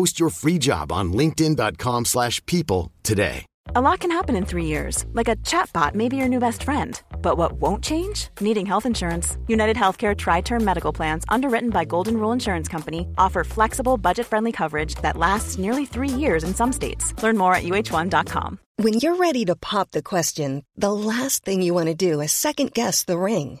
Post your free job on linkedin.com/people slash people today. A lot can happen in three years, like a chatbot may be your new best friend. But what won't change? Needing health insurance. United Healthcare Tri Term Medical Plans, underwritten by Golden Rule Insurance Company, offer flexible, budget friendly coverage that lasts nearly three years in some states. Learn more at uh1.com. When you're ready to pop the question, the last thing you want to do is second guess the ring.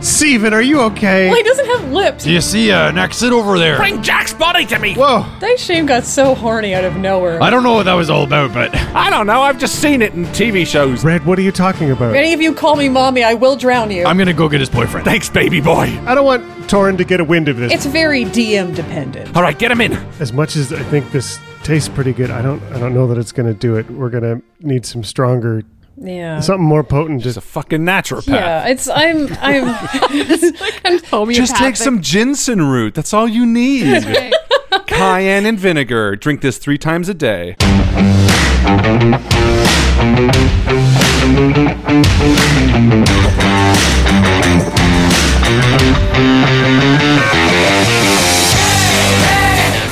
Steven, are you okay? Well, he doesn't have lips. Do you see uh, an exit over there? Bring Jack's body to me! Whoa. That shame got so horny out of nowhere. I don't know what that was all about, but. I don't know, I've just seen it in TV shows. Red, what are you talking about? If any of you call me mommy, I will drown you. I'm gonna go get his boyfriend. Thanks, baby boy. I don't want Torin to get a wind of this. it's very DM dependent. All right, get him in. As much as I think this tastes pretty good, I don't I don't know that it's going to do it. We're going to need some stronger, Yeah. something more potent. He's Just a fucking naturopath. yeah, it's I'm I'm, I'm Just take some ginseng root. That's all you need. Cayenne and vinegar. Drink this three times a day.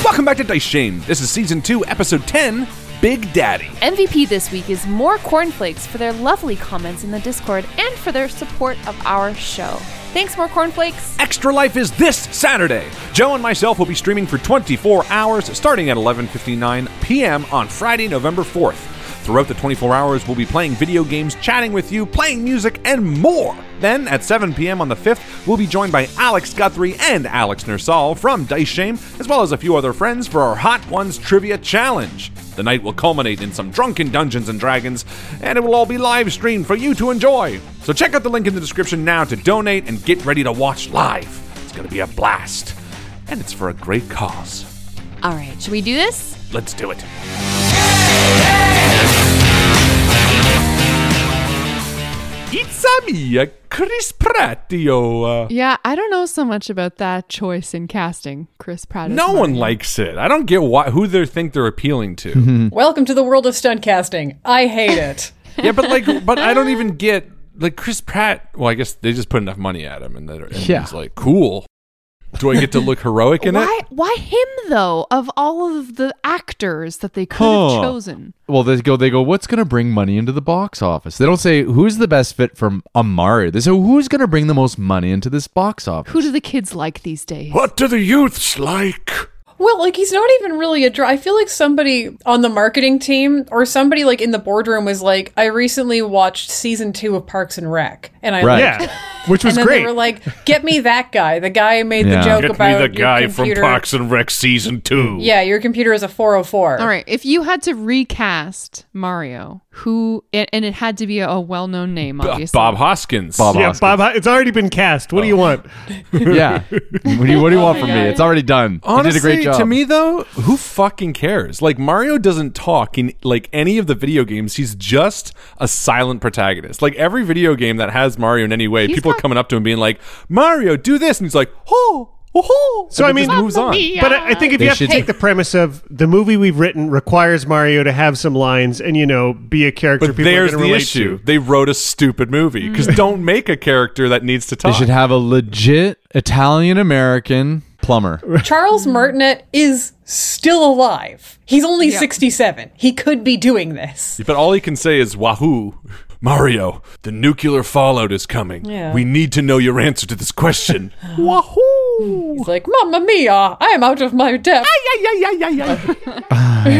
Welcome back to Dice Shame. This is season two, episode 10 Big Daddy. MVP this week is More Cornflakes for their lovely comments in the Discord and for their support of our show. Thanks, More Cornflakes. Extra Life is this Saturday. Joe and myself will be streaming for 24 hours starting at 11:59 p.m. on Friday, November 4th. Throughout the 24 hours, we'll be playing video games, chatting with you, playing music, and more. Then at 7 p.m. on the 5th, we'll be joined by Alex Guthrie and Alex Nersal from Dice Shame, as well as a few other friends for our Hot Ones Trivia Challenge. The night will culminate in some drunken Dungeons and Dragons, and it will all be live streamed for you to enjoy. So check out the link in the description now to donate and get ready to watch live. It's going to be a blast, and it's for a great cause. All right, should we do this? Let's do it. It's a la mia, Chris Prattio. Uh, Yeah, I don't know so much about that choice in casting, Chris Pratt. as No one Mario. likes it. I don't get why who they think they're appealing to. Welcome to the world of stunt casting. I hate it. yeah, but like, but I don't even get like Chris Pratt. Well, I guess they just put enough money at him, and, that, and Yeah. he's like, cool. Do I get to look heroic in why, it? why him though? Of all of the actors that they could have Huh. chosen, Well, they go. They go. What's going to bring money into the box office? They don't say who's the best fit for a Mario. They say who's going to bring the most money into this box office. who do the kids like these days? What do the youths like? Well, like he's not even really a draw. I feel like somebody on the marketing team or somebody like in the boardroom was like, "I recently watched season two of Parks and Rec, and I Right. liked Yeah, it." which was and then They great. were like, "Get me that guy, the guy who made the joke about your computer. and Rec season two. Yeah, your computer is a 404. All right, if you had to recast Mario, who and and it had to be a well-known name, obviously. Bob Hoskins. yeah, Bob. Ho- It's already been cast. What do you want? yeah. What do you, what do you want from me? It's already done. Honestly, you did a great job. to me though, who fucking cares? Like Mario doesn't talk in like any of the video games. He's just a silent protagonist. Like every video game that has Mario in any way, He's people are not- coming up to him being like, "Mario, do this," and he's like, "Oh, oh, oh." So I and it mean, just moves on. But I, I think if They you have to should- take the premise of the movie we've written requires Mario to have some lines and you know be a character But people are there's going to the relate issue. to. They wrote a stupid movie because Mm. don't make a character that needs to They talk. should have a legit Italian American plumber. Charles Martinet is still alive. He's only Yeah. 67. He could be doing this. But all he can say is "Wahoo, Mario! The nuclear fallout is coming. Yeah. We need to know your answer to this question." Wahoo! He's like, Mamma mia, I am out of my depth.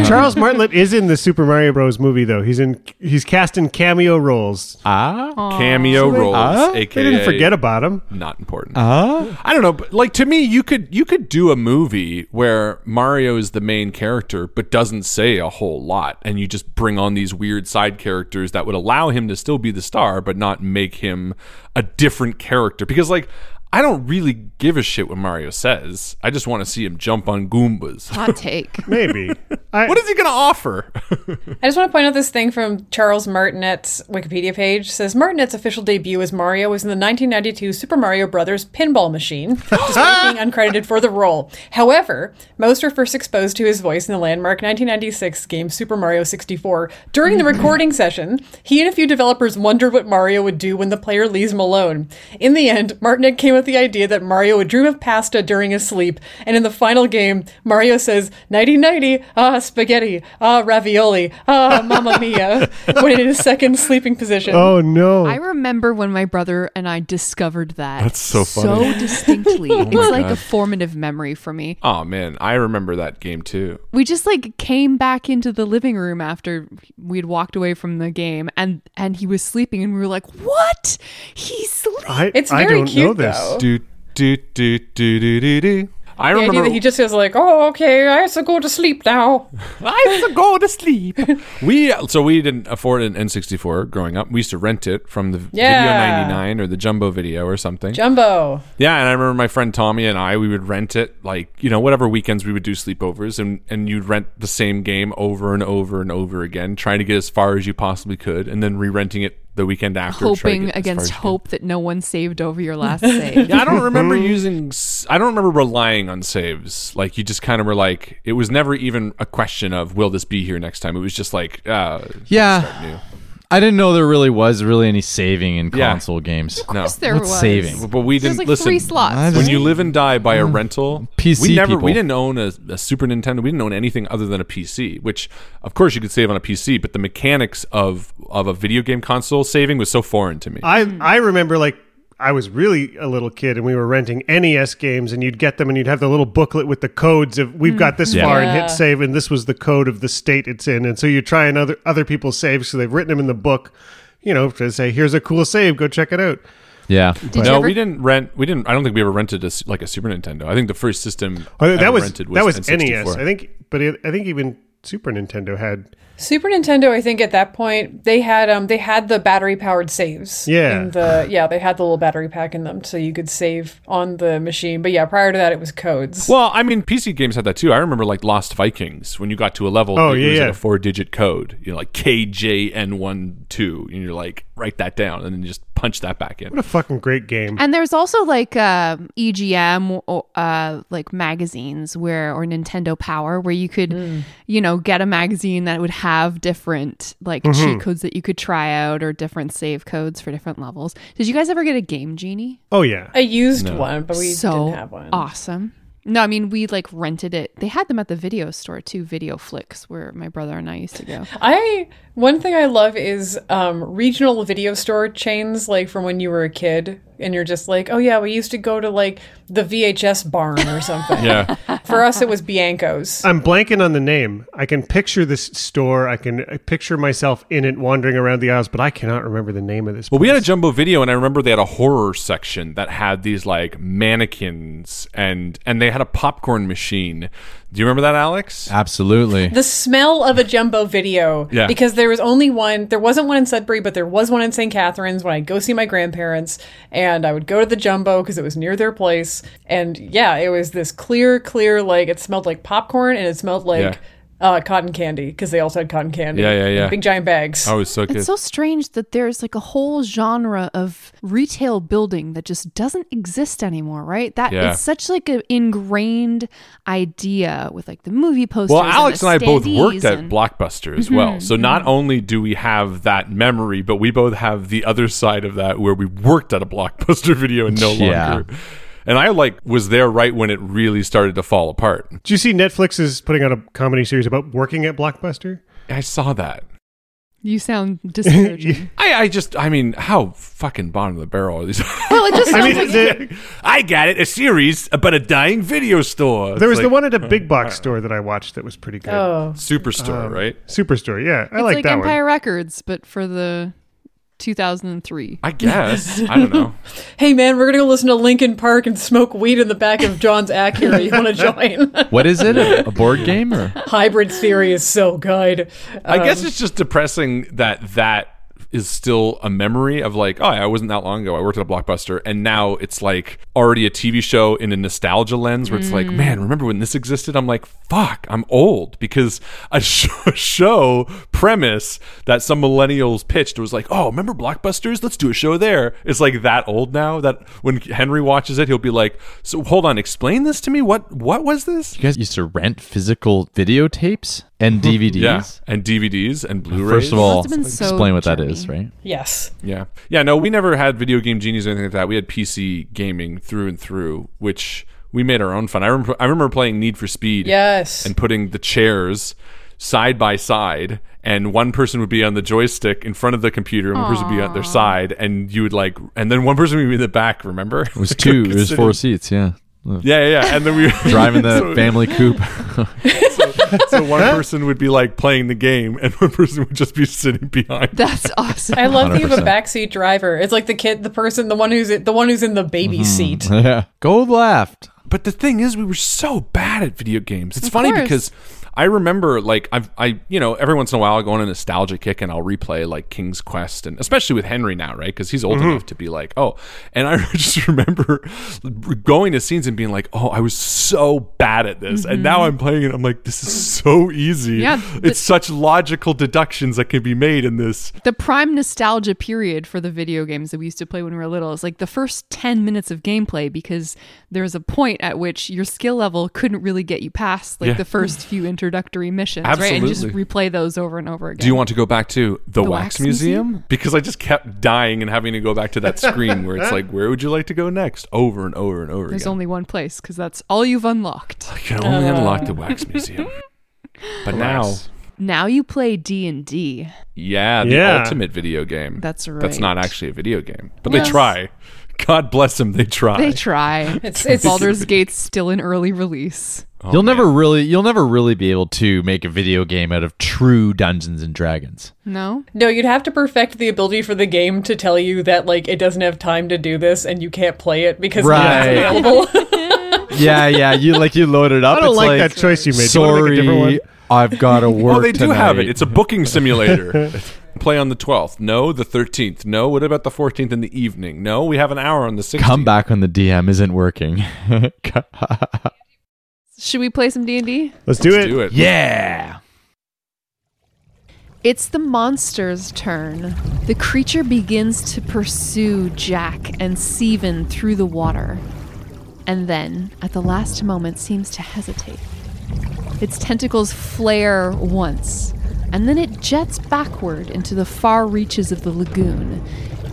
Charles Martlet is in the Super Mario Bros. movie though. He's in. He's cast in cameo roles. Ah, cameo So they- roles, Ah? They aka didn't forget about him. Not important. Ah, I don't know, but like to me, you could you could do a movie where Mario is the main character but doesn't say a whole lot, and you just bring on these weird side characters that would allow him to still be the star but not make him a different character. Because like I don't really give a shit what Mario says. I just want to see him jump on Goombas. Hot take. Maybe. what is he going to offer? I just want to point out this thing from Charles Martinet's Wikipedia page. It says Martinet's official debut as Mario was in the 1992 Super Mario Brothers pinball machine, despite being uncredited for the role. However, most were first exposed to his voice in the landmark 1996 game Super Mario 64. During the recording session, he and a few developers wondered what Mario would do when the player leaves him alone. In the end, Martinet came with the idea that Mario would dream of pasta during his sleep, and in the final game, Mario says, nighty nighty, ah, spaghetti, ah, ravioli, ah, mamma mia, when in his second sleeping position. Oh, no! I remember when my brother and I discovered that. That's so funny. So distinctly, Oh my it's like God. a formative memory for me. oh man, I remember that game too. we just like came back into the living room after we'd walked away from the game and and he was sleeping and we were like what he's sleeping I, It's I very don't know cute, this. though. Do do do do do do do. I The idea remember that he just is like, oh, okay, I have to go to sleep now. I have to go to sleep. We so we didn't afford an N64 growing up. We used to rent it from the Yeah. Video 99 or the Jumbo Video or something. Jumbo. yeah, and I remember my friend Tommy and I we would rent it like, you know, whatever weekends we would do sleepovers and and you'd rent the same game over and over and over again, trying to get as far as you possibly could and then re-renting it the weekend after trying to hoping get as far against as you hope that no one saved over your last save yeah, I don't remember using. s- I don't remember relying on saves. Like you just kind of were like, it was never even a question of will this be here next time. It was just like, uh, start Yeah. new. I didn't know there really was really any saving in Yeah. console games. Of course there What's was. saving? Oh. But we There's didn't like listen. three slots, I When just- you live and die by a rental, PC we never we people. didn't own a, a Super Nintendo. We didn't own anything other than a PC. Which, of course, you could save on a PC, but the mechanics of of a video game console saving was so foreign to me. I I remember like I was really a little kid and we were renting NES games and you'd get them and you'd have the little booklet with the codes of we've got this Mm-hmm. Yeah. far and Yeah. hit save and this was the code of the state it's in and so you're trying other other people's saves so they've written them in the book, you know, to say here's a cool save, go check it out. Yeah. Did no, you ever- we didn't rent. We didn't. I don't think we ever rented a, s- like a Super Nintendo. I think the first system Oh, that ever was E rented was that was N64. NES, I think, but it, I think even Super Nintendo had Super Nintendo, I think at that point they had um they had the battery powered saves. Yeah. In the yeah, they had the little battery pack in them, so you could save on the machine. But yeah, prior to that, it was codes. Well, I mean, PC games had that too. I remember like Lost Vikings when you got to a level, Oh, it yeah, was yeah. like a four-digit code, you know, like KJN12, and you're like, write that down, and then just punch that back in. What a fucking great game. And there's also like um EGM, or, uh, like magazines where, or Nintendo Power, where you could, Hmm. you know, get a magazine that would have different like Mhm. cheat codes that you could try out or different save codes for different levels. Did you guys ever get a Game Genie? Oh yeah, I used No. one, but we So didn't have one. Awesome. No, I mean we like rented it. They had them at the video store too, Video Flicks, where my brother and I used to go. I one thing I love is um, regional video store chains, like from when you were a kid, and you're just like, oh yeah, we used to go to like the VHS barn or something. Yeah. For us, it was Bianco's. I'm blanking on the name. I can picture this store. I can uh, picture myself in it wandering around the aisles, but I cannot remember the name of this. Well, we had a jumbo video, and I remember they had a horror section that had these like mannequins, and and they had a popcorn machine. Do you remember that, Alex? Absolutely. The smell of a jumbo video. Yeah. Because there was only one. There wasn't one in Sudbury, but there was one in St. Catharines when I go see my grandparents, and I would go to the jumbo because it was near their place. And yeah, it was this clear, clear like it smelled like popcorn, and it smelled like. Yeah. Uh, cotton candy because they also had cotton candy. Yeah, yeah, yeah. in Big giant bags. Oh, it was so good. It's so strange that there's like a whole genre of retail building that just doesn't exist anymore, right? That Yeah. it's such like an ingrained idea with like the movie posters. Well, Alex the and I both standees worked at and- Blockbuster as well. Mhm, So not only do we have that memory, but we both have the other side of that where we worked at a Blockbuster video and no Yeah. longer. And I like was there right when it really started to fall apart. Do you see Netflix is putting out a comedy series about working at Blockbuster? I saw that. You sound discouraging. I, I just I mean, how fucking bottom of the barrel are these? well, it just I sounds mean, like the- I got it. A series about a dying video store. there was It's the like- one at a big box store that I watched that was pretty good. Oh. Superstore, right? Um, Superstore, yeah, it's I like, like, that Empire Records, but for the 2003. I guess. I don't know. Hey man, we're gonna go listen to Linkin Park and smoke weed in the back of John's Acura. You want to join? What is it? A, a board game or? Hybrid theory is so good. I guess Um, it's just depressing that that is still a memory of like, oh, yeah, I wasn't that long ago. I worked at a blockbuster, and now it's like already a TV show in a nostalgia lens where it's like, Mm. man, remember when this existed? I'm like, fuck, I'm old because a sh- show premise that some millennials pitched was like, oh, remember blockbusters? Let's do a show there. It's like that old now that when Henry watches it, he'll be like, so hold on, explain this to me. What what was this? You guys used to rent physical videotapes and DVDs. Yeah, and DVDs and Blu-rays. First of all, explain what that is, right? Yes. Yeah. Yeah, no, we never had video game genies or anything like that. We had PC gaming through and through, which we made our own fun. I remember I remember playing Need for Speed. Yes. And putting the chairs side by side and one person would be on the joystick in front of the computer and one person would be on their side and you would like and then one person would be in the back, remember? It was two. It was four seats. Yeah. Yeah, yeah, yeah. And then we were driving the So- family coupe. So one person would be like playing the game and one person would just be sitting behind. That's awesome. I love that you have a 100%. backseat driver. It's like the kid, the person, the one who's the one who's in the baby Mm-hmm. seat. yeah. Go left. But the thing is, we were so bad at video games. It's Of funny course. because I remember, like, I've, I, you know, every once in a while I go on a nostalgia kick and I'll replay like King's Quest, and especially with Henry now, right? Because he's old Mm-hmm. Mhm. enough to be like, oh. And I just remember going to scenes and being like, oh, I was so bad at this, and now Mm-hmm. Mhm. I'm playing it. I'm like, this is so easy. Yeah, th- it's such logical deductions that can be made in this. the prime nostalgia period for the video games that we used to play when we were little is like the first 10 minutes of gameplay because there's a point at which your skill level couldn't really get you past like Yeah. the first few introductory missions right and you just Absolutely. replay those over and over again Do you want to go back to the, The Wax, Wax Museum? Museum? Because I just kept dying and having to go back to that screen where it's like, where would you like to go next? Over and over and over there's again. only one place because that's all you've unlocked Uh. I can only unlock the Wax Museum. But now, Relax. now you play d&d yeah, the Yeah. ultimate video game. That's That's right. not actually a video game, but Yes. they try. God bless them, they try. they try it's, it's- Baldur's Gate's still in early release Oh. you'll never really, you'll never really be able to make a video game out of true Dungeons and Dragons. No. No, you'd have to perfect the ability for the game to tell you that like it doesn't have time to do this and you can't play it because Right. it's available. yeah, yeah. You like you load it up. I don't it's like that choice you made. Do you wanna Sorry, make a different one? I've got to work. Oh, they do have tonight. it. It's a booking simulator. Play on the 12th. No, the 13th. No, what about the 14th in the evening? No, we have an hour on the 16th. Come back on the DM isn't working. Should we play some D and D? Let's do it. Yeah. It's the monster's turn. The creature begins to pursue Jack and Steven through the water, and then, at the last moment, seems to hesitate. Its tentacles flare once, and then it jets backward into the far reaches of the lagoon,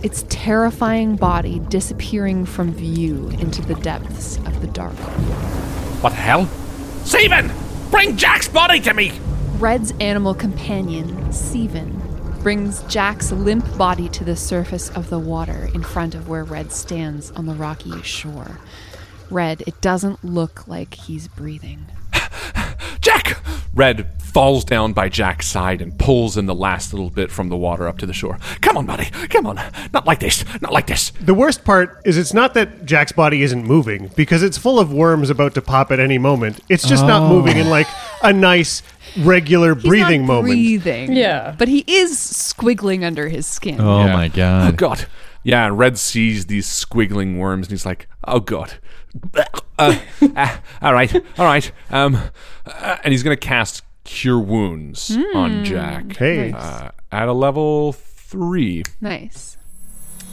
its terrifying body disappearing from view into the depths of the dark. What the hell? Steven! Bring Jack's body to me! Red's animal companion, Steven, brings Jack's limp body to the surface of the water in front of where Red stands on the rocky shore. Red, it doesn't look like he's breathing. Jack! Red falls down by Jack's side and pulls in the last little bit from the water up to the shore. Come on, buddy. Come on. Not like this. Not like this. The worst part is it's not that Jack's body isn't moving because it's full of worms about to pop at any moment. It's just Oh. not moving in like a nice regular breathing moment. Breathing. Yeah. But he is squiggling under his skin. Oh my god. Oh god. Yeah, and Red sees these squiggling worms and he's like, "Oh god." Uh, ah, all right. All right. Um uh, and he's going to cast Cure Wounds on Mm, Jack. Hey. nice. Uh, at a level 3 Nice.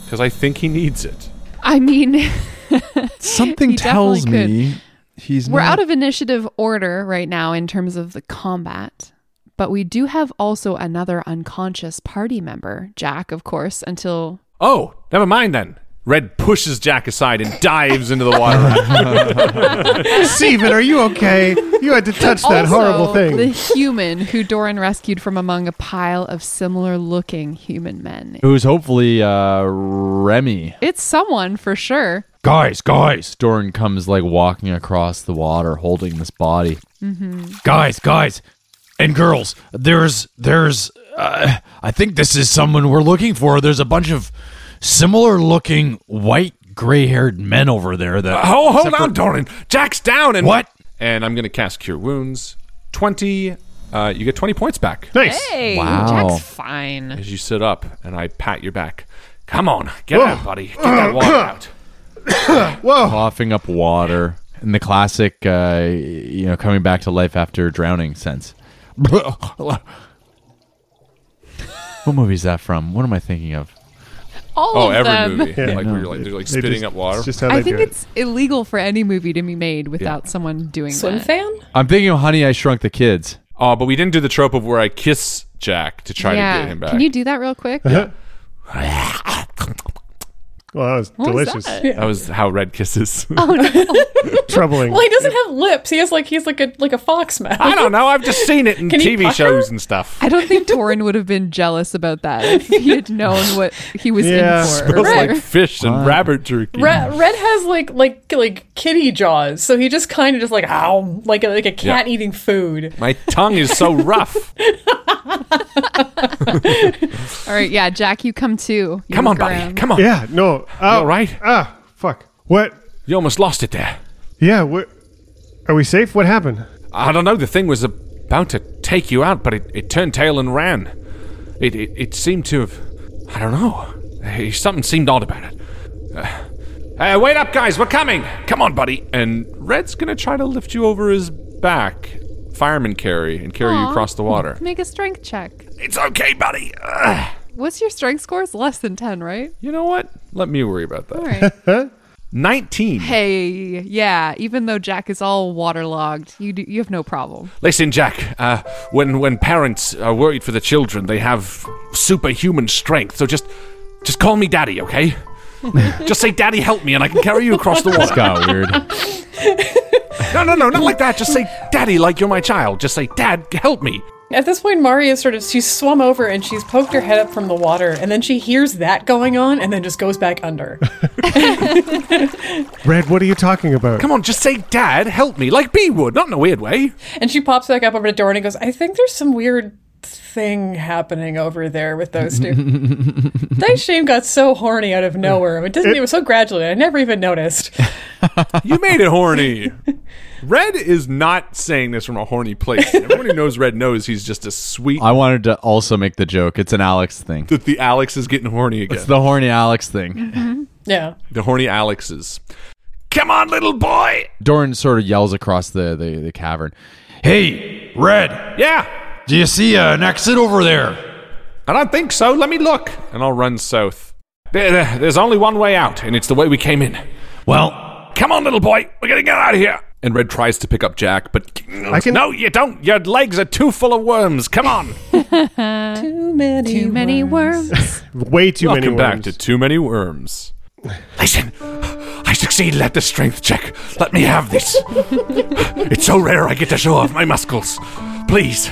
cuz I think he needs it. I mean, Something He tells definitely me he's We're not- out of initiative order right now in terms of the combat, but we do have also another unconscious party member, Jack, of course, until Oh, never mind then. Red pushes Jack aside and dives into the water. Steven, are you okay? You had to touch that Also, horrible thing. The human who Doran rescued from among a pile of similar looking human men. Who's hopefully uh, Remy. It's someone for sure. Guys, guys. Doran comes like walking across the water holding this body. Mm-hmm. Guys, guys, and girls, there's there's uh, I think this is someone we're looking for. There's a bunch of similar looking white gray haired men over there that Oh, hold Except for- on, Doran. Jack's down and What? And I'm going to cast Cure Wounds. 20 uh, you get 20 points back. Nice. Hey, Wow. Jack's fine. As you sit up and I pat your back. Come on, get Whoa. out, buddy. Get that water out. Whoa. coughing up water in the classic uh, you know coming back to life after drowning sense. what movie is that from? What am I thinking of? All Oh, of every them. movie. Yeah. like No. we were like, they're like They spitting just- up water. it's just how I they think do it. it's illegal for any movie to be made without someone doing Swim that. fan? I'm thinking of Honey I Shrunk the Kids. Oh, but we didn't do the trope of where I kiss Jack to try yeah. to get him back. Can you do that real quick? Uh-huh. Well, that was What was delicious. that? Yeah. That was how Red kisses. Oh, Troubling. Well, he doesn't have lips. He has like he's like a like a fox mouth. I don't know. I've just seen it in Can he TV pucker? shows and stuff. I don't think Torin would have been jealous about that if he had known what he was in for. smells right? like fish and rabbit jerky. Red, Red has like like like kitty jaws, so he just kind of just like ow, like a, like a cat Yeah. eating food. My tongue is so rough. All right, yeah, Jack, you come too. You look around. Yeah, no. Oh, right. Ah, fuck. What? You almost lost it there. Yeah, what? Are we safe? What happened? I don't know. The thing was about to take you out, but it, it turned tail and ran. It, it it seemed to have. I don't know. Eh, Something seemed odd about it. Uh, uh, wait up, guys. We're coming. Come on, buddy. And Red's gonna try to lift you over his back, fireman carry, and carry you Aw. across the water. Make a strength check. It's okay, buddy. Ugh. What's your strength score? It's less than 10, right? You know what? Let me worry about that. All right. Nineteen. Hey, yeah, even though Jack is all waterlogged, you do, you have no problem. Listen, Jack. Uh, when when parents are worried for the children, they have superhuman strength. So just just call me daddy, okay? just say daddy, help me, and I can carry you across the water. This got weird. No, no, no, not like that. Just say daddy, like you're my child. Just say dad, help me. At this point, Mari is sort of she's swum over and she's poked her head up from the water, and then she hears that going on, and then just goes back under. Red, what are you talking about? Come on, just say dad, help me, like B would, not in a weird way. and she pops back up over to Doran and goes, "I think there's some weird thing happening over there with those two. Dice Shame got so horny out of nowhere. It didn't. It, was so gradually. I never even noticed. you made it horny. Red is not saying this from a horny place. Everyone who knows Red knows he's just a sweet. I wanted to also make the joke. It's an Alex thing. That the Alex is getting horny again. It's the horny Alex thing. Mm-hmm. Yeah. The horny Alexes. Come on, little boy. Doran sort of yells across the, the, the cavern. Hey, Red. Yeah. Do you see uh, an exit over there? I don't think so. Let me look. And I'll run south. There, there- there's only one way out, and it's the way we came in. Well, come on, little boy. We're going to get out of here. And Red tries to pick up Jack, but. I can- no, you don't. Your legs are too full of worms. Come on. Too many. Too many worms. Way too Welcome many back worms. to Too Many Worms. Listen, I succeeded at the strength check. Let me have this. it's so rare I get to show off my muscles. Please.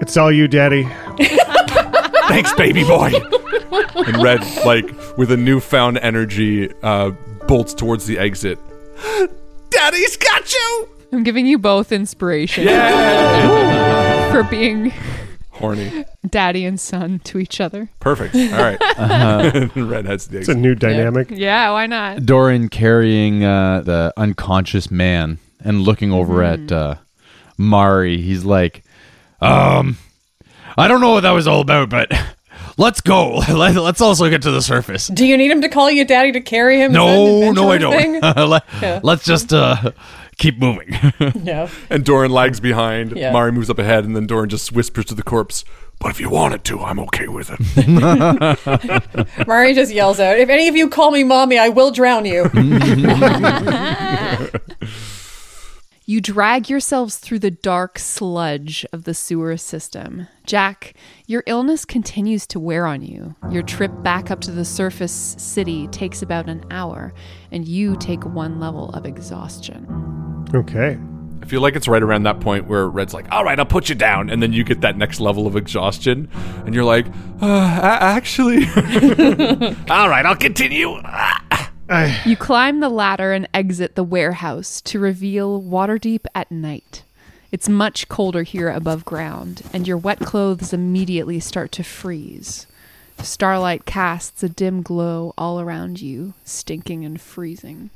It's all you, Daddy. Thanks, baby boy. And Red, like, with a newfound energy, uh, bolts towards the exit. Daddy's got you. I'm giving you both inspiration for being Horny. daddy and son to each other. Perfect. All right. Uh-huh. Red heads the exit. It's a new dynamic. Yeah, why not? Doran carrying uh, the unconscious man and looking over at uh, Mari. He's like, Um, I don't know what that was all about, but let's go. Let, let's also get to the surface. Do you need him to call you daddy to carry him? Is that No, an no, I adventure don't. thing? Let, Yeah. us just uh, keep moving. yeah. And Doran lags behind. Yeah. Mari moves up ahead, and then Doran just whispers to the corpse, But if you wanted to, I'm okay with it. Mari just yells out, "If any of you call me mommy, I will drown you." You drag yourselves through the dark sludge of the sewer system. Jack, your illness continues to wear on you. Your trip back up to the surface city takes about an hour, and you take one level of exhaustion. Okay. I feel like it's right around that point where Red's like, All right, I'll put you down. And then you get that next level of exhaustion, and you're like, uh, a- Actually. All right, I'll continue. You climb the ladder and exit the warehouse to reveal Waterdeep at night. It's much colder here above ground, and your wet clothes immediately start to freeze. Starlight casts a dim glow all around you, stinking and freezing.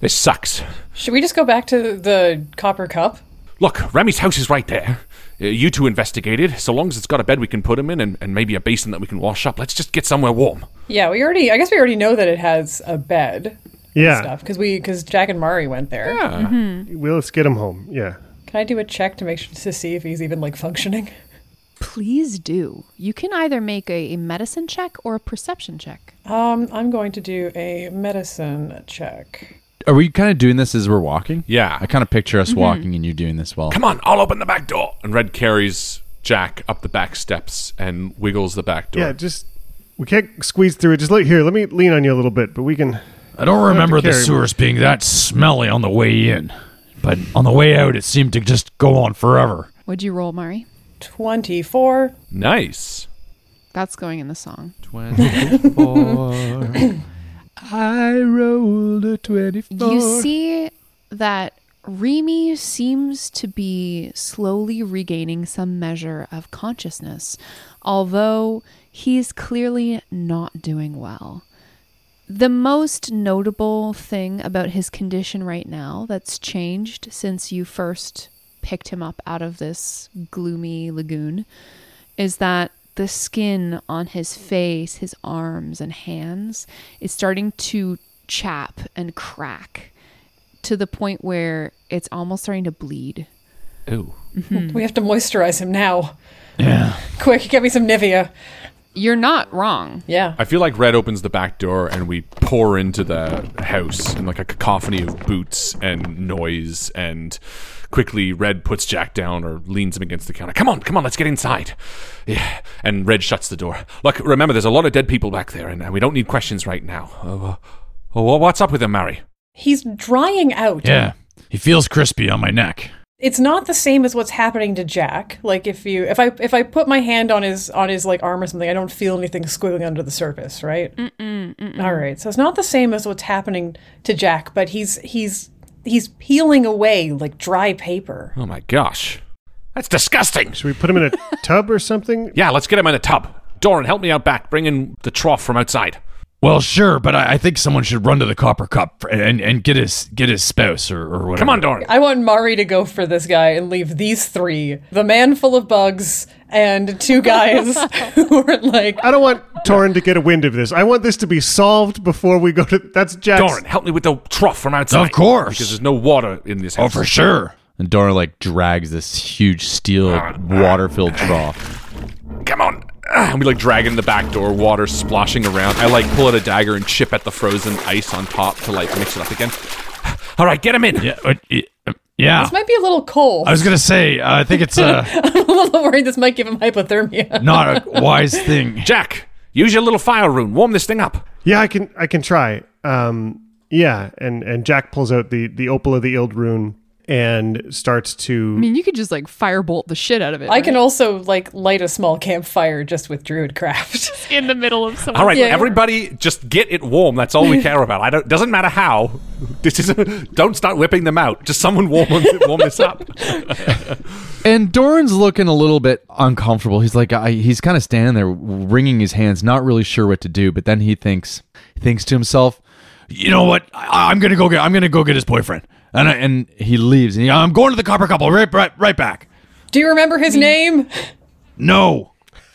This sucks. Should we just go back to the copper cup? Look, Remy's house is right there. Uh, You two investigated. So long as it's got a bed we can put him in and, and maybe a basin that we can wash up, let's just get somewhere warm. Yeah, we already. I guess we already know that it has a bed. Yeah. Stuff because we because Jack and Mari went there. Mm-hmm. Well, let's get him home. Yeah. Can I do a check to make sure to see if he's even like functioning? Please do. You can either make a, a medicine check or a perception check. Um, I'm going to do a medicine check. Are we kind of doing this as we're walking? Yeah. I kind of picture us walking and you doing this while. Come on, I'll open the back door. And Red carries Jack up the back steps and wiggles the back door. Yeah, just we can't squeeze through it. Just let here, let me lean on you a little bit, but we can I don't remember the carry sewers being that smelly on the way in, but on the way out, it seemed to just go on forever. What'd you roll, Mari? 24. Nice. That's going in the song. I rolled a 24. You see that Remy seems to be slowly regaining some measure of consciousness, although he's clearly not doing well. The most notable thing about his condition right now that's changed since you first picked him up out of this gloomy lagoon is that the skin on his face, his arms, and hands is starting to chap and crack to the point where it's almost starting to bleed. Mm-hmm. Ooh. We have to moisturize him now. Yeah. Quick, get me some Nivea. You're not wrong. Yeah. I feel like Red opens the back door and we pour into the house in like a cacophony of boots and noise. And quickly, Red puts Jack down or leans him against the counter. Come on, come on, let's get inside. Yeah. And Red shuts the door. Look, remember, there's a lot of dead people back there, and uh, we don't need questions right now. Oh, uh, oh, what's up with him, Mary? He's drying out. Yeah. He feels crispy on my neck. It's not the same as what's happening to Jack. Like if you if I if I put my hand on his on his like arm or something, I don't feel anything squiggling under the surface, right? Mm-mm, mm-mm. All right. So it's not the same as what's happening to Jack, but he's he's he's peeling away like dry paper. Oh my gosh. That's disgusting. Should we put him in a tub or something? Yeah, let's get him in a tub. Doran, help me out back. Bring in the trough from outside. Well, sure, but I, I think someone should run to the Copper Cup and, and, and get his get his spouse or, or whatever. Come on, Doran. I want Mari to go for this guy and leave these three the man full of bugs and two guys who are like. I don't want Torin to get a wind of this. I want this to be solved before we go to. That's Jack's. Doran, help me with the trough from outside. Of course. Because there's no water in this Oh, house. Oh, And Dora like drags this huge steel water filled trough. Come on. Ah, And we like drag in the back door, water splashing around. I like pull out a dagger and chip at the frozen ice on top to like mix it up again. All right, get him in. Yeah. yeah. This might be a little cold. I was gonna say uh, I think it's uh, I'm a little worried this might give him hypothermia. not a wise thing. Jack, use your little fire rune. Warm this thing up. Yeah, I can I can try. Um, yeah, and and Jack pulls out the the opal of the Ild rune and starts I to. mean, you could just like firebolt the shit out of it. I can right? also like light a small campfire just with druidcraft. in the middle of someone. All right, everybody, just get it warm. That's all we care about. I don't. Doesn't matter how. This is. Don't start whipping them out. Just someone warm warm this up. And Doran's looking a little bit uncomfortable. He's like, I, he's kind of standing there, wringing his hands, not really sure what to do. But then he thinks, thinks to himself, You know what? I, I'm gonna go get I'm gonna go get his boyfriend, and I, and he leaves, and he, I'm going to the Copper Cup. I'll right right right back. Do you remember his name? No.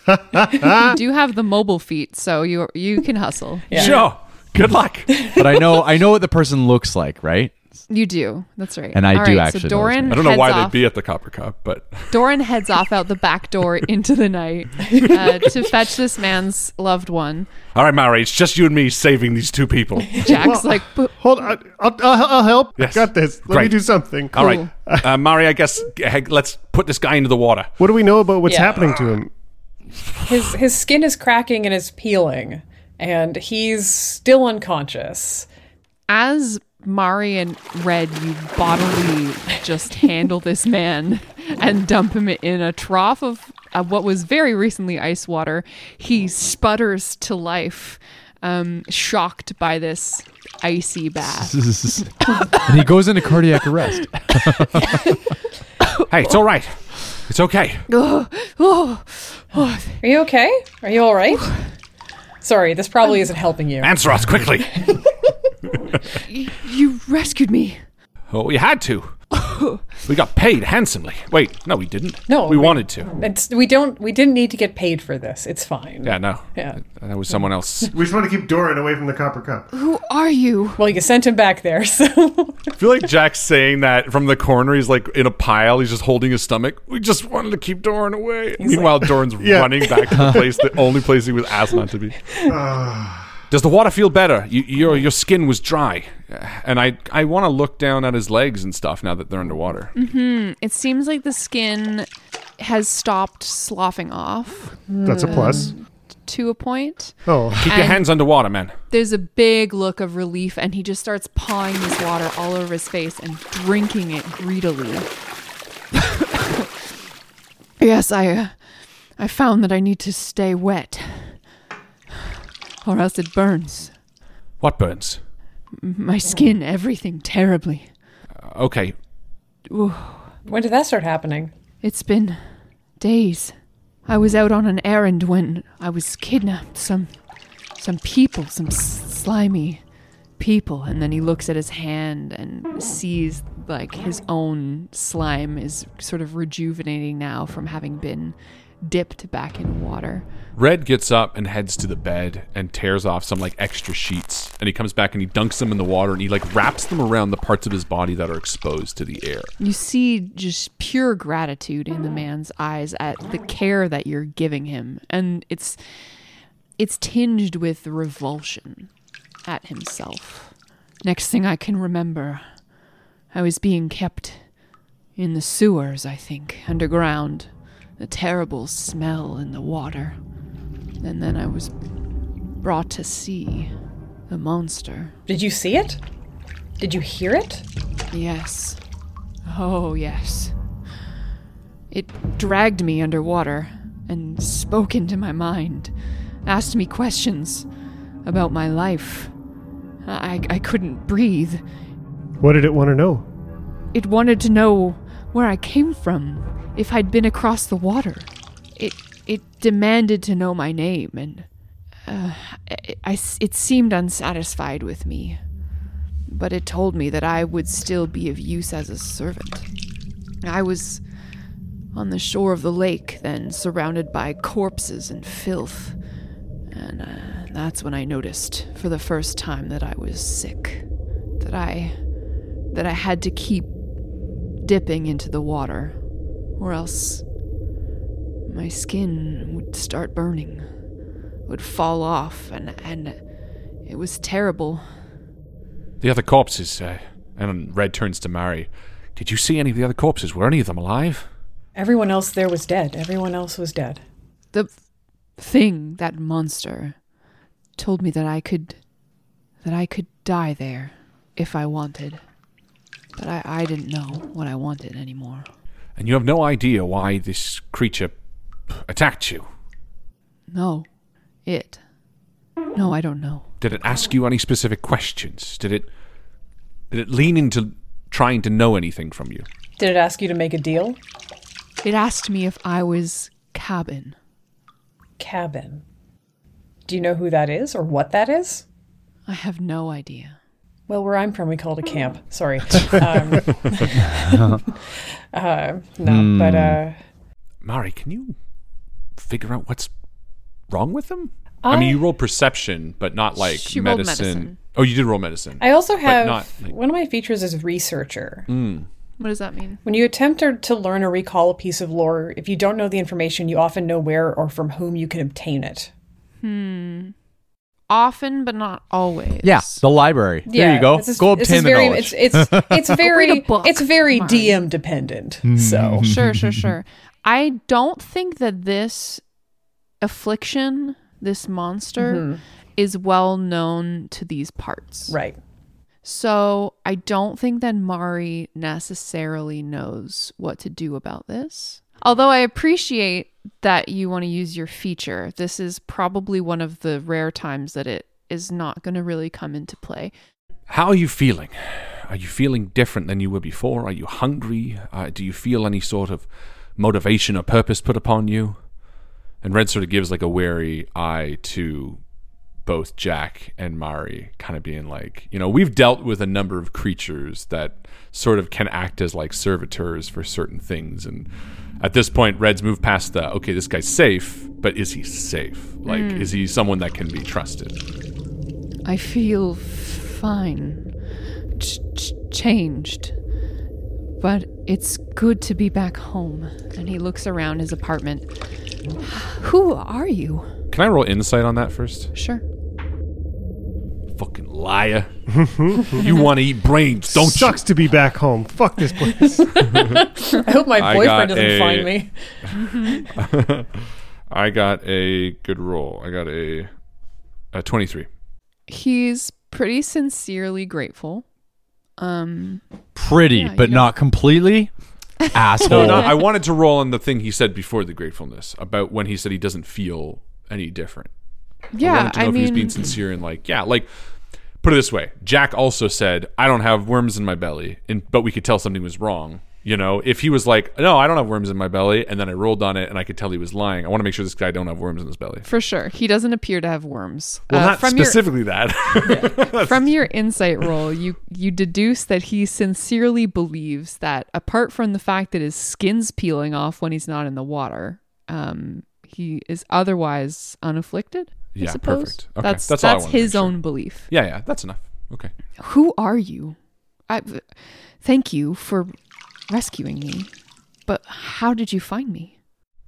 you do have the mobile feet, so you you can hustle. Sure. Good luck. but I know, I know what the person looks like, right? You do. That's right. And I All do right, actually know So his Doran. name. I don't know heads why off. they'd be at the Copper Cup, but Doran heads off out the back door into the night uh, to fetch this man's loved one. all right, Mari, it's just you and me saving these two people. Jack's like, "But Hold on, I'll, I'll, I'll help. Yes. I got this. Let me Great. do something. All right, uh, Mari, I guess hey, let's put this guy into the water. What do we know about what's Yeah. happening to him? His his skin is cracking and is peeling, and he's still unconscious. as Mari and Red, you bodily just handle this man and dump him in a trough of uh, what was very recently ice water. He sputters to life, um, shocked by this icy bath. and he goes into cardiac arrest. Hey, it's all right. It's okay. Oh, Are you okay? Are you all right? Sorry, this probably isn't helping you. Answer us quickly. you rescued me. Oh, we had to. We got paid handsomely. Wait, no, we didn't. No, we we- wanted to. It's, we don't. We didn't need to get paid for this. It's fine. Yeah, no, Yeah. that was someone else. We just want to keep Doran away from the Copper Cup. Who are you? Well, you sent him back there, so I feel like Jack's saying that from the corner. He's like in a pile. He's just holding his stomach. We just wanted to keep Doran away. Meanwhile, Doran's Yeah. running back to the place, the only place he was asked not to be. Does the water feel better? You, your your skin was dry, and I I want to look down at his legs and stuff now that they're underwater. Mm-hmm. It seems like the skin has stopped sloughing off That's a plus. to a point. Oh, Keep your And- hands underwater, man. There's a big look of relief, and he just starts pawing this water all over his face and drinking it greedily. yes, I, uh, I found that I need to stay wet, or else it burns What burns? my skin, everything terribly. Okay, when did that start happening? It's been days. I was out on an errand when I was kidnapped. Some, some people, some s- slimy people. And then he looks at his hand and sees like his own slime is sort of rejuvenating now from having been dipped back in water. Red gets up and heads to the bed and tears off some like extra sheets. And he comes back and he dunks them in the water and he like wraps them around the parts of his body that are exposed to the air. You see just pure gratitude in the man's eyes at the care that you're giving him, and it's it's tinged with revulsion at himself. Next thing I can remember, I was being kept in the sewers, I think, underground. The terrible smell in the water. And then I was brought to sea. The monster. Did you see it? Did you hear it? Yes. Oh, yes. It dragged me underwater and spoke into my mind, asked me questions about my life. I, I couldn't breathe. what did it want to know? It wanted to know where I came from if I'd been across the water. It it demanded to know my name, and uh, I, I- it seemed unsatisfied with me. But it told me that I would still be of use as a servant. I was on the shore of the lake, then surrounded by corpses and filth. And uh, that's when I noticed for the first time that I was sick. That I that I had to keep dipping into the water or else my skin would start burning. Would fall off and and it was terrible. The other corpses, uh, and Red turns to Mary. Did you see any of the other corpses? Were any of them alive? Everyone else there was dead. Everyone else was dead. The thing, that monster, told me that I could that I could die there if I wanted. But I, I didn't know what I wanted anymore. And you have no idea why this creature attacked you. No. It. No, I don't know. Did it ask you any specific questions? Did it did it lean into trying to know anything from you? Did it ask you to make a deal? It asked me if I was cabin. Cabin. Do you know who that is or what that is? I have no idea. Well, where I'm from, we call it a camp. Sorry. Um, uh, no, Hmm. but uh, Mari, can you figure out what's wrong with them? I, mean, you rolled perception, but not like She rolled medicine. medicine. Oh, you did roll medicine. I also But have not, like- one of my features is researcher. Mm. What does that mean? When you attempt to- to learn or recall a piece of lore, if you don't know the information, you often know where or from whom you can obtain it. Hmm. Often, but not always. Yeah, the library. there you go. this is- go this is obtain the very, knowledge. It's it's, it's Read very a book, it's very DM dependent. So sure, sure, sure. I don't think that this affliction, this monster, Mhm. is well known to these parts. Right. So I don't think that Mari necessarily knows what to do about this. Although I appreciate that you want to use your feature, this is probably one of the rare times that it is not going to really come into play. How are you feeling? Are you feeling different than you were before? Are you hungry? Uh, do you feel any sort of motivation or purpose put upon you? And Red sort of gives like a wary eye to both Jack and Mari, kind of being like, you know, we've dealt with a number of creatures that sort of can act as like servitors for certain things. And at this point, Red's moved past the okay, this guy's safe, but is he safe? Like, Mm. is he someone that can be trusted? I feel fine, ch- ch- changed, but it's good to be back home. And he looks around his apartment. Who are you? Can I roll insight on that first? Sure. Fucking liar. you want to eat brains, don't Sucks to be back home. Fuck this place. I hope my I got boyfriend doesn't a- find me. Mm-hmm. you? I got a good roll. I got a a 23. He's pretty sincerely grateful. Um, Pretty, Yeah, but you not completely. Asshole. No, no, I wanted to roll on the thing he said before the gratefulness about when he said he doesn't feel any different. I yeah, wanted to know I, if he was mean, being sincere and like, yeah, like put it this way. Jack also said, I don't have worms in my belly, and but we could tell something was wrong. You know, if he was like, No, I don't have worms in my belly, and then I rolled on it and I could tell he was lying. I want to make sure this guy don't have worms in his belly. for sure, he doesn't appear to have worms. Well, Uh, not specifically that. Your, from your insight roll, you you deduce that he sincerely believes that, apart from the fact that his skin's peeling off when he's not in the water, um, he is otherwise unafflicted. I Yeah, suppose? perfect. Okay, That's that's, that's all I wanted to make his sure. own belief. yeah, yeah, that's enough. Okay. Who are you? I, thank you for rescuing me, but how did you find me?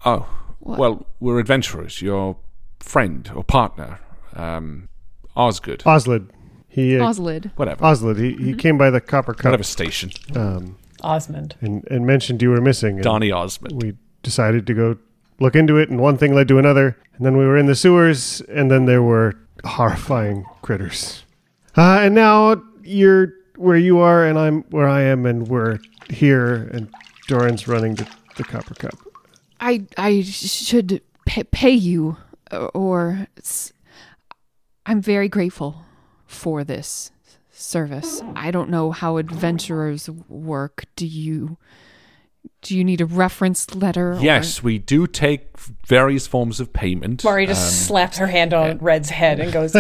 Oh, What? well, we're adventurers. Your friend or partner, um, Osgood. Oslid. He, uh, Oslid. Whatever. Oslid. He, he came by the Copper Cup. Whatever station. Um, Osmond. and, and mentioned you were missing. and Donny Osmond. We decided to go look into it, and one thing led to another. And then we were in the sewers, and then there were horrifying critters. Uh, and now you're where you are, and I'm where I am, and we're here, and Doran's running the, the Copper Cup. I I should pay, pay you, uh, or s- I'm very grateful for this service. I don't know how adventurers work. Do you Do you need a reference letter? or- Yes, we do take various forms of payment. Maury just Um, slaps her hand on Red's head and goes,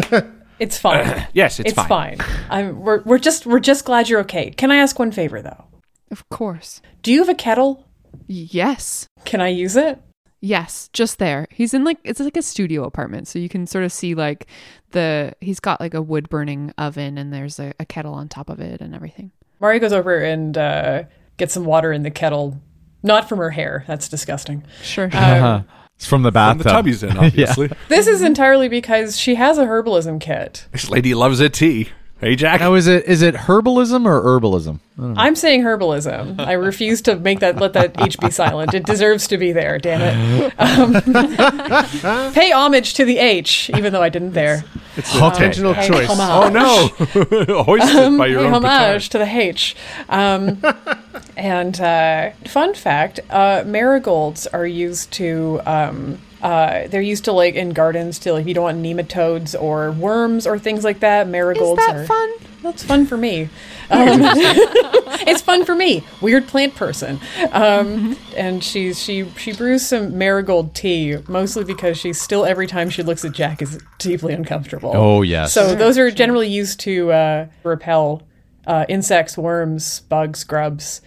"It's fine. Yes, it's fine. fine." I'm, we're we're just we're just glad you're okay. Can I ask one favor though? Of course. Do you have a kettle? Yes. Can I use it? Yes, just there. He's in like it's like a studio apartment, so you can sort of see like the he's got like a wood burning oven and there's a, a kettle on top of it and everything. Mari goes over and uh, gets some water in the kettle, not from her hair. That's disgusting. Sure. Uh-huh. Uh, it's from the From the bathtub. tub he's in, obviously. this is entirely because she has a herbalism kit. This lady loves a tea. Hey, Jack. Now, is it is it herbalism or herbalism? I Hmm. don't know. I'm saying herbalism. I refuse to make that let that H be silent. It deserves to be there. Damn it. Um, pay homage to the H, even though I didn't there. It's Um, an intentional pay choice. homage. Oh, no! Hoisted Um, by your pay own homage to the H. Um, and uh, fun fact: uh, marigolds are used to. Um, uh, they're used to like in gardens to like if you don't want nematodes or worms or things like that. Marigolds that are fun? That's fun for me. Um, it's fun for me. Weird plant person. Um, and she's she she brews some marigold tea mostly because she's still every time she looks at Jack is deeply uncomfortable. Oh, yes. So Sure, those are generally used to uh, repel uh, insects, worms, bugs, grubs.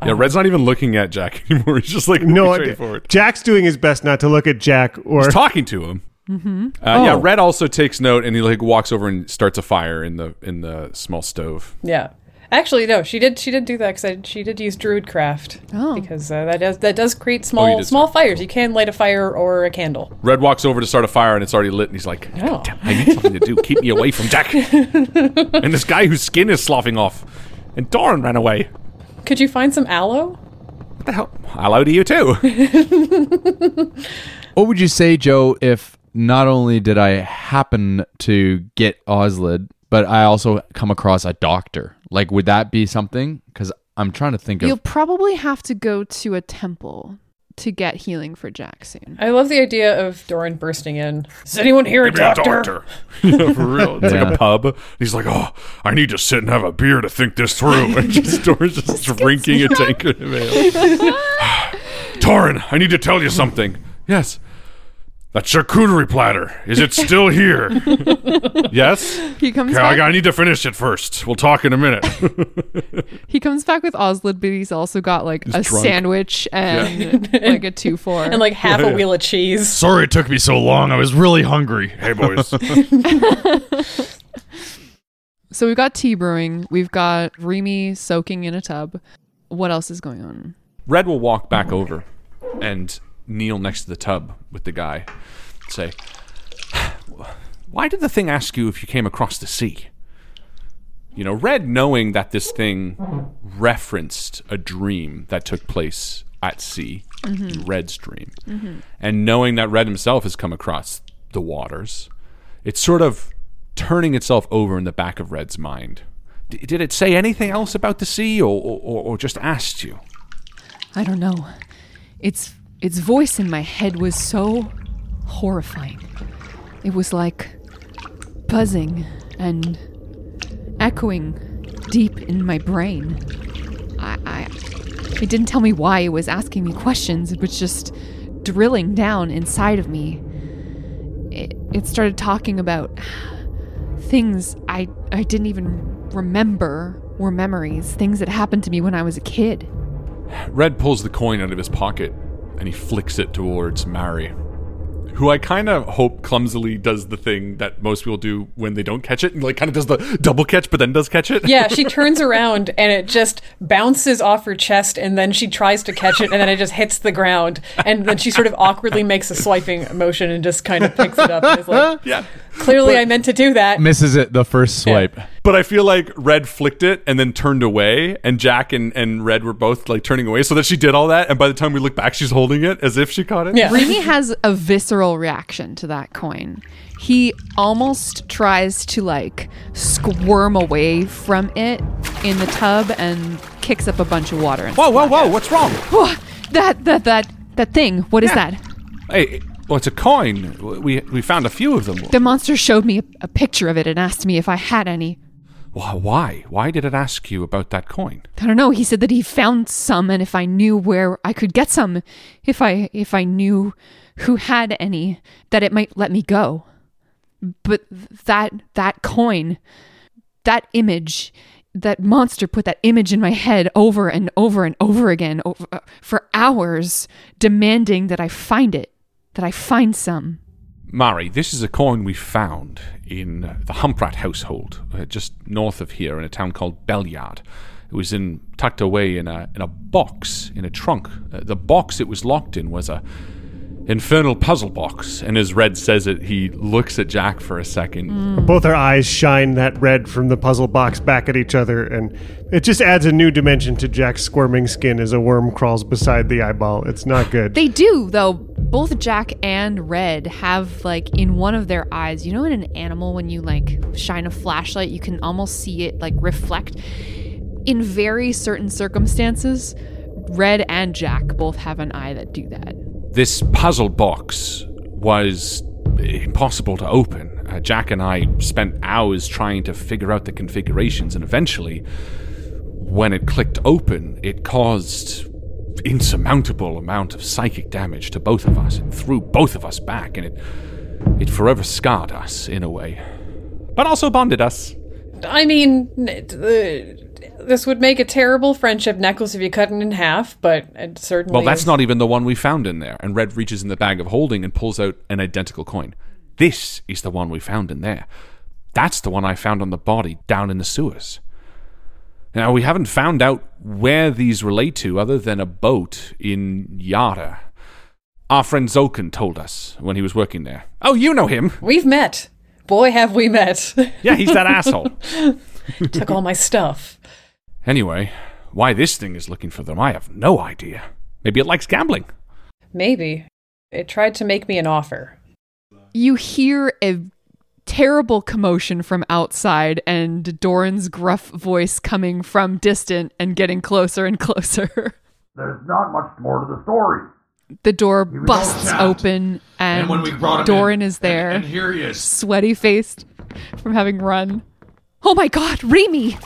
Oh. Yeah, Red's not even looking at Jack anymore. He's just like No, no, I- straight forward. Jack's doing his best not to look at Jack or He's talking to him. Mm-hmm. Uh, Oh. Yeah, Red also takes note and he like walks over and starts a fire in the in the small stove. Yeah. Actually, no. She did. She did do that because she did use druidcraft. Oh. Because uh, that does that does Oh, create small did small fires. You can light a fire or a candle. Red walks over to start a fire and it's already lit and he's like, Oh. I need something to do. Keep me away from Jack. and this guy whose skin is sloughing off. And Doran ran away. Could you find some aloe? Hello to you too. What would you say, Joe, if not only did I happen to get Oslid, but I also come across a doctor? Like, would that be something? Because I'm trying to think You'll of. probably have to go to a temple to get healing for Jack soon. I love the idea of Doran bursting in. Is anyone here a Give me a doctor? yeah, for real. It's like Yeah. a pub. He's like, oh, I need to sit and have a beer to think this through. And just Doran's just drinking a tankard of ale. Torin, I need to tell you something. Yes. That charcuterie platter, is it still here? yes? He comes Okay, I, back- I need to finish it first. We'll talk in a minute. He comes back with Oslid, but he's also got like a drunk. sandwich and like a two four And like half a wheel of cheese. Sorry it took me so long. I was really hungry. Hey, boys. So we've got tea brewing. We've got Remy soaking in a tub. What else is going on? Red will walk back over and kneel next to the tub with the guy. Say, why did the thing ask you if you came across the sea? You know, Red, knowing that this thing referenced a dream that took place at sea, Mhm. Red's dream, Mhm. and knowing that Red himself has come across the waters, it's sort of turning itself over in the back of Red's mind. D- did it say anything else about the sea, or, or, or- or just asked you? I don't know. Its its voice in my head was so horrifying. It was like buzzing and echoing deep in my brain. I, I it didn't tell me why it was asking me questions. It was just drilling down inside of me. It, it started talking about things I I didn't even remember were memories, things that happened to me when I was a kid. Red pulls the coin out of his pocket and he flicks it towards Mari, who I kind of hope clumsily does the thing that most people do when they don't catch it and like kind of does the double catch but then does catch it. Yeah, she turns around and it just bounces off her chest, and then she tries to catch it, and then it just hits the ground, and then she sort of awkwardly makes a swiping motion and just kind of picks it up. And is like, yeah, clearly I meant to do that. Misses it the first swipe. But I feel like Red flicked it and then turned away, and Jack and, and Red were both like turning away so that she did all that. And by the time we look back, she's holding it as if she caught it. Remy has a visceral reaction to that coin. He almost tries to like squirm away from it in the tub and kicks up a bunch of water. And Whoa, whoa, whoa! What's wrong? Whoa, that that that that thing. What is that? Hey, well, it's a coin. We we found a few of them. The monster showed me a, a picture of it and asked me if I had any. Why? Why, why did it ask you about that coin? I don't know. He said that he found some, and if I knew where I could get some, if I if I knew who had any, that it might let me go. But that that coin, that image, that monster put that image in my head over and over and over again over, uh, for hours, demanding that I find it, that I find some. Mari, this is a coin we found in the Humprat household, uh, just north of here in a town called Belliard. It was in, tucked away in a, in a box, in a trunk. Uh, the box it was locked in was a infernal puzzle box. And as Red says it, he looks at Jack for a second. Mm. Both our eyes shine that red from the puzzle box back at each other, and it just adds a new dimension to Jack's squirming skin as a worm crawls beside the eyeball. It's not good. They do, though. Both Jack and Red have, like, in one of their eyes, you know, in an animal, when you, like, shine a flashlight, you can almost see it, like, reflect. In very certain circumstances, Red and Jack both have an eye that do that. This puzzle box was impossible to open. Uh, Jack and I spent hours trying to figure out the configurations, and eventually, when it clicked open, it caused insurmountable amount of psychic damage to both of us. It threw both of us back, and it it forever scarred us in a way, but also bonded us. I mean, it- uh, this would make a terrible friendship necklace if you cut it in half, but it certainly. Well, that's is- not even the one we found in there. And Red reaches in the bag of holding and pulls out an identical coin. This is the one we found in there. That's the one I found on the body down in the sewers. Now, we haven't found out where these relate to other than a boat in Yara. Our friend Zolkin told us when he was working there. Oh, you know him. We've met. Boy, have we met. Yeah, he's that asshole. Took all my stuff. Anyway, why this thing is looking for them, I have no idea. Maybe it likes gambling. Maybe. It tried to make me an offer. you hear a terrible commotion from outside and Doran's gruff voice coming from distant and getting closer and closer. There's not much more to the story. The door was busts all chapped. open and, And when we brought him in, Doran is there. and- and here he is. Sweaty faced from having run. Oh my god, Remy!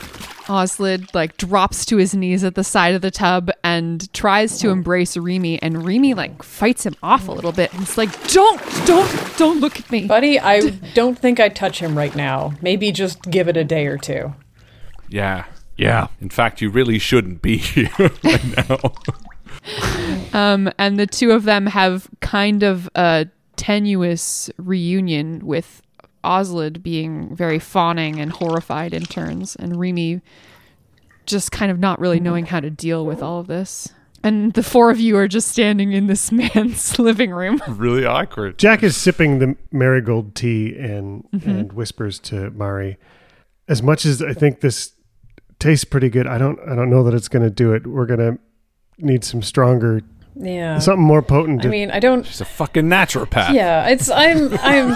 Oslid like drops to his knees at the side of the tub and tries Oh. to embrace Remy and Remy like fights him off a little bit and it's like, Don't don't don't look at me. Buddy, I don't think I'd touch him right now. Maybe just give it a day or two. Yeah. Yeah. In fact, you really shouldn't be here right now. Um, and the two of them have kind of a tenuous reunion with Oslid being very fawning and horrified in turns, and Remy just kind of not really knowing how to deal with all of this. And the four of you are just standing in this man's living room. really awkward. Jack is sipping the marigold tea and Mm-hmm. Mhm. and whispers to Mari, as much as I think this tastes pretty good, I don't I don't know that it's going to do it. We're going to need some stronger Yeah. something more potent. I mean, I don't. She's a fucking naturopath. Yeah, it's. I'm. I'm.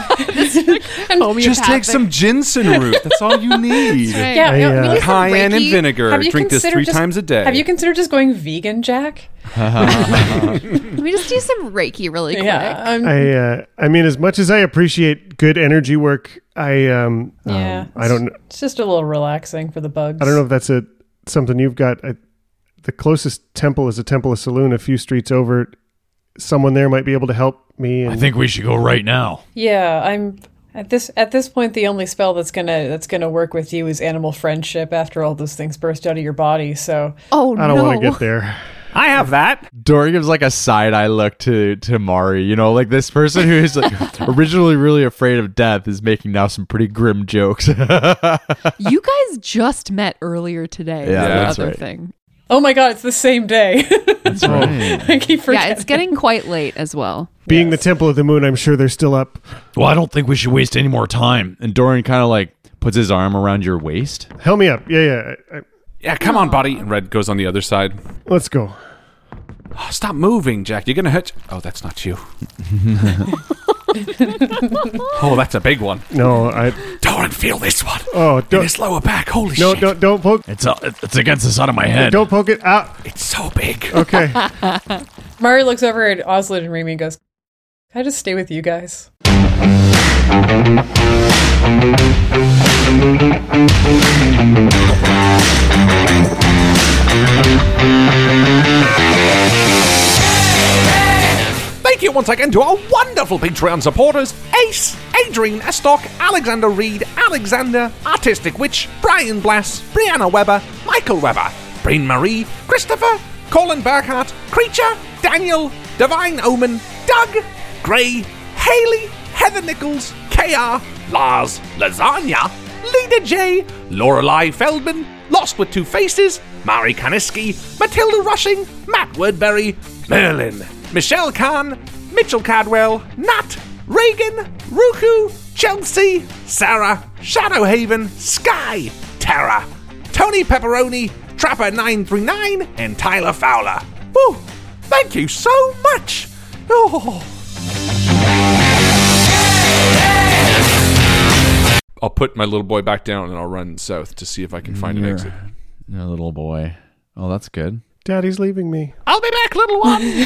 I'm Just take some ginseng root. That's all you need. Yeah, no, uh, we uh, need some cayenne and Reiki. vinegar. Have you Drink this considered three just- times a day. Have you considered just going vegan, Jack? Let me just do some Reiki really quick. Yeah, I'm- I uh, I mean, as much as I appreciate good energy work, I um, Yeah, um, I don't It's just a little relaxing for the bugs. I don't know if that's a something you've got. I, the closest temple is a temple of saloon a few streets over. Someone there might be able to help me. And I think we should go right now. Yeah, I'm at this at this point. The only spell that's gonna that's gonna work with you is animal friendship. After all those things burst out of your body, so oh I don't want to get there. I have that. Dory gives like a side eye look to to Mari. You know, like this person who is like originally really afraid of death is making now some pretty grim jokes. You guys just met earlier today. Yeah, is the that's other right. thing. Oh my god, it's the same day. That's right. I keep forgetting. Yeah, it's getting quite late as well. Being the temple of the moon, I'm sure they're still up. Well, I don't think we should waste any more time. and Doran kind of like puts his arm around your waist. Help me up. Yeah, yeah. I, I, yeah, come on, buddy. And Red goes on the other side. let's go. Oh, stop moving, Jack. You're gonna hurt. Oh, that's not you. oh, that's a big one. No, I. Doran, feel this one. Oh, In don't. his lower back. Holy no, shit! don't don't poke. It's uh, it's against the side of my head. Don't poke it out. It's so big. Okay. Mari looks over at Oslid and Remy and goes, "Can I just stay with you guys?" Thank you once again to our wonderful Patreon supporters Ace, Adrian Estock, Alexander Reed, Alexander, Artistic Witch, Brian Blass, Brianna Weber, Michael Weber, Breen Marie, Christopher, Colin Burkhart, Creature, Daniel, Divine Omen, Doug, Gray, Haley, Heather Nichols, KR, Lars, Lasagna, Leda J, Lorelei Feldman, Lost with Two Faces, Mari Kaniski, Matilda Rushing, Matt Wordberry, Merlin, Michelle Kahn, Mitchell Cadwell, Nat, Reagan, Ruku, Chelsea, Sarah, Shadowhaven, Sky, Tara, Tony Pepperoni, Trapper939, and Tyler Fowler. Woo! Thank you so much! Oh. I'll put my little boy back down and I'll run south to see if I can find an You're exit. a little boy. Oh, that's good. Daddy's leaving me. I'll be back, little one.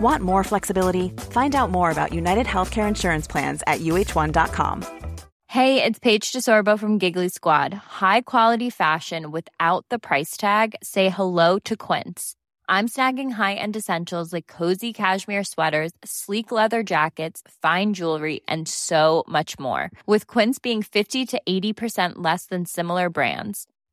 Want more flexibility? Find out more about United Healthcare Insurance Plans at uh1.com. Hey, it's Paige DeSorbo from Giggly Squad. High quality fashion without the price tag. Say hello to Quince. I'm snagging high-end essentials like cozy cashmere sweaters, sleek leather jackets, fine jewelry, and so much more. With Quince being 50 to 80% less than similar brands.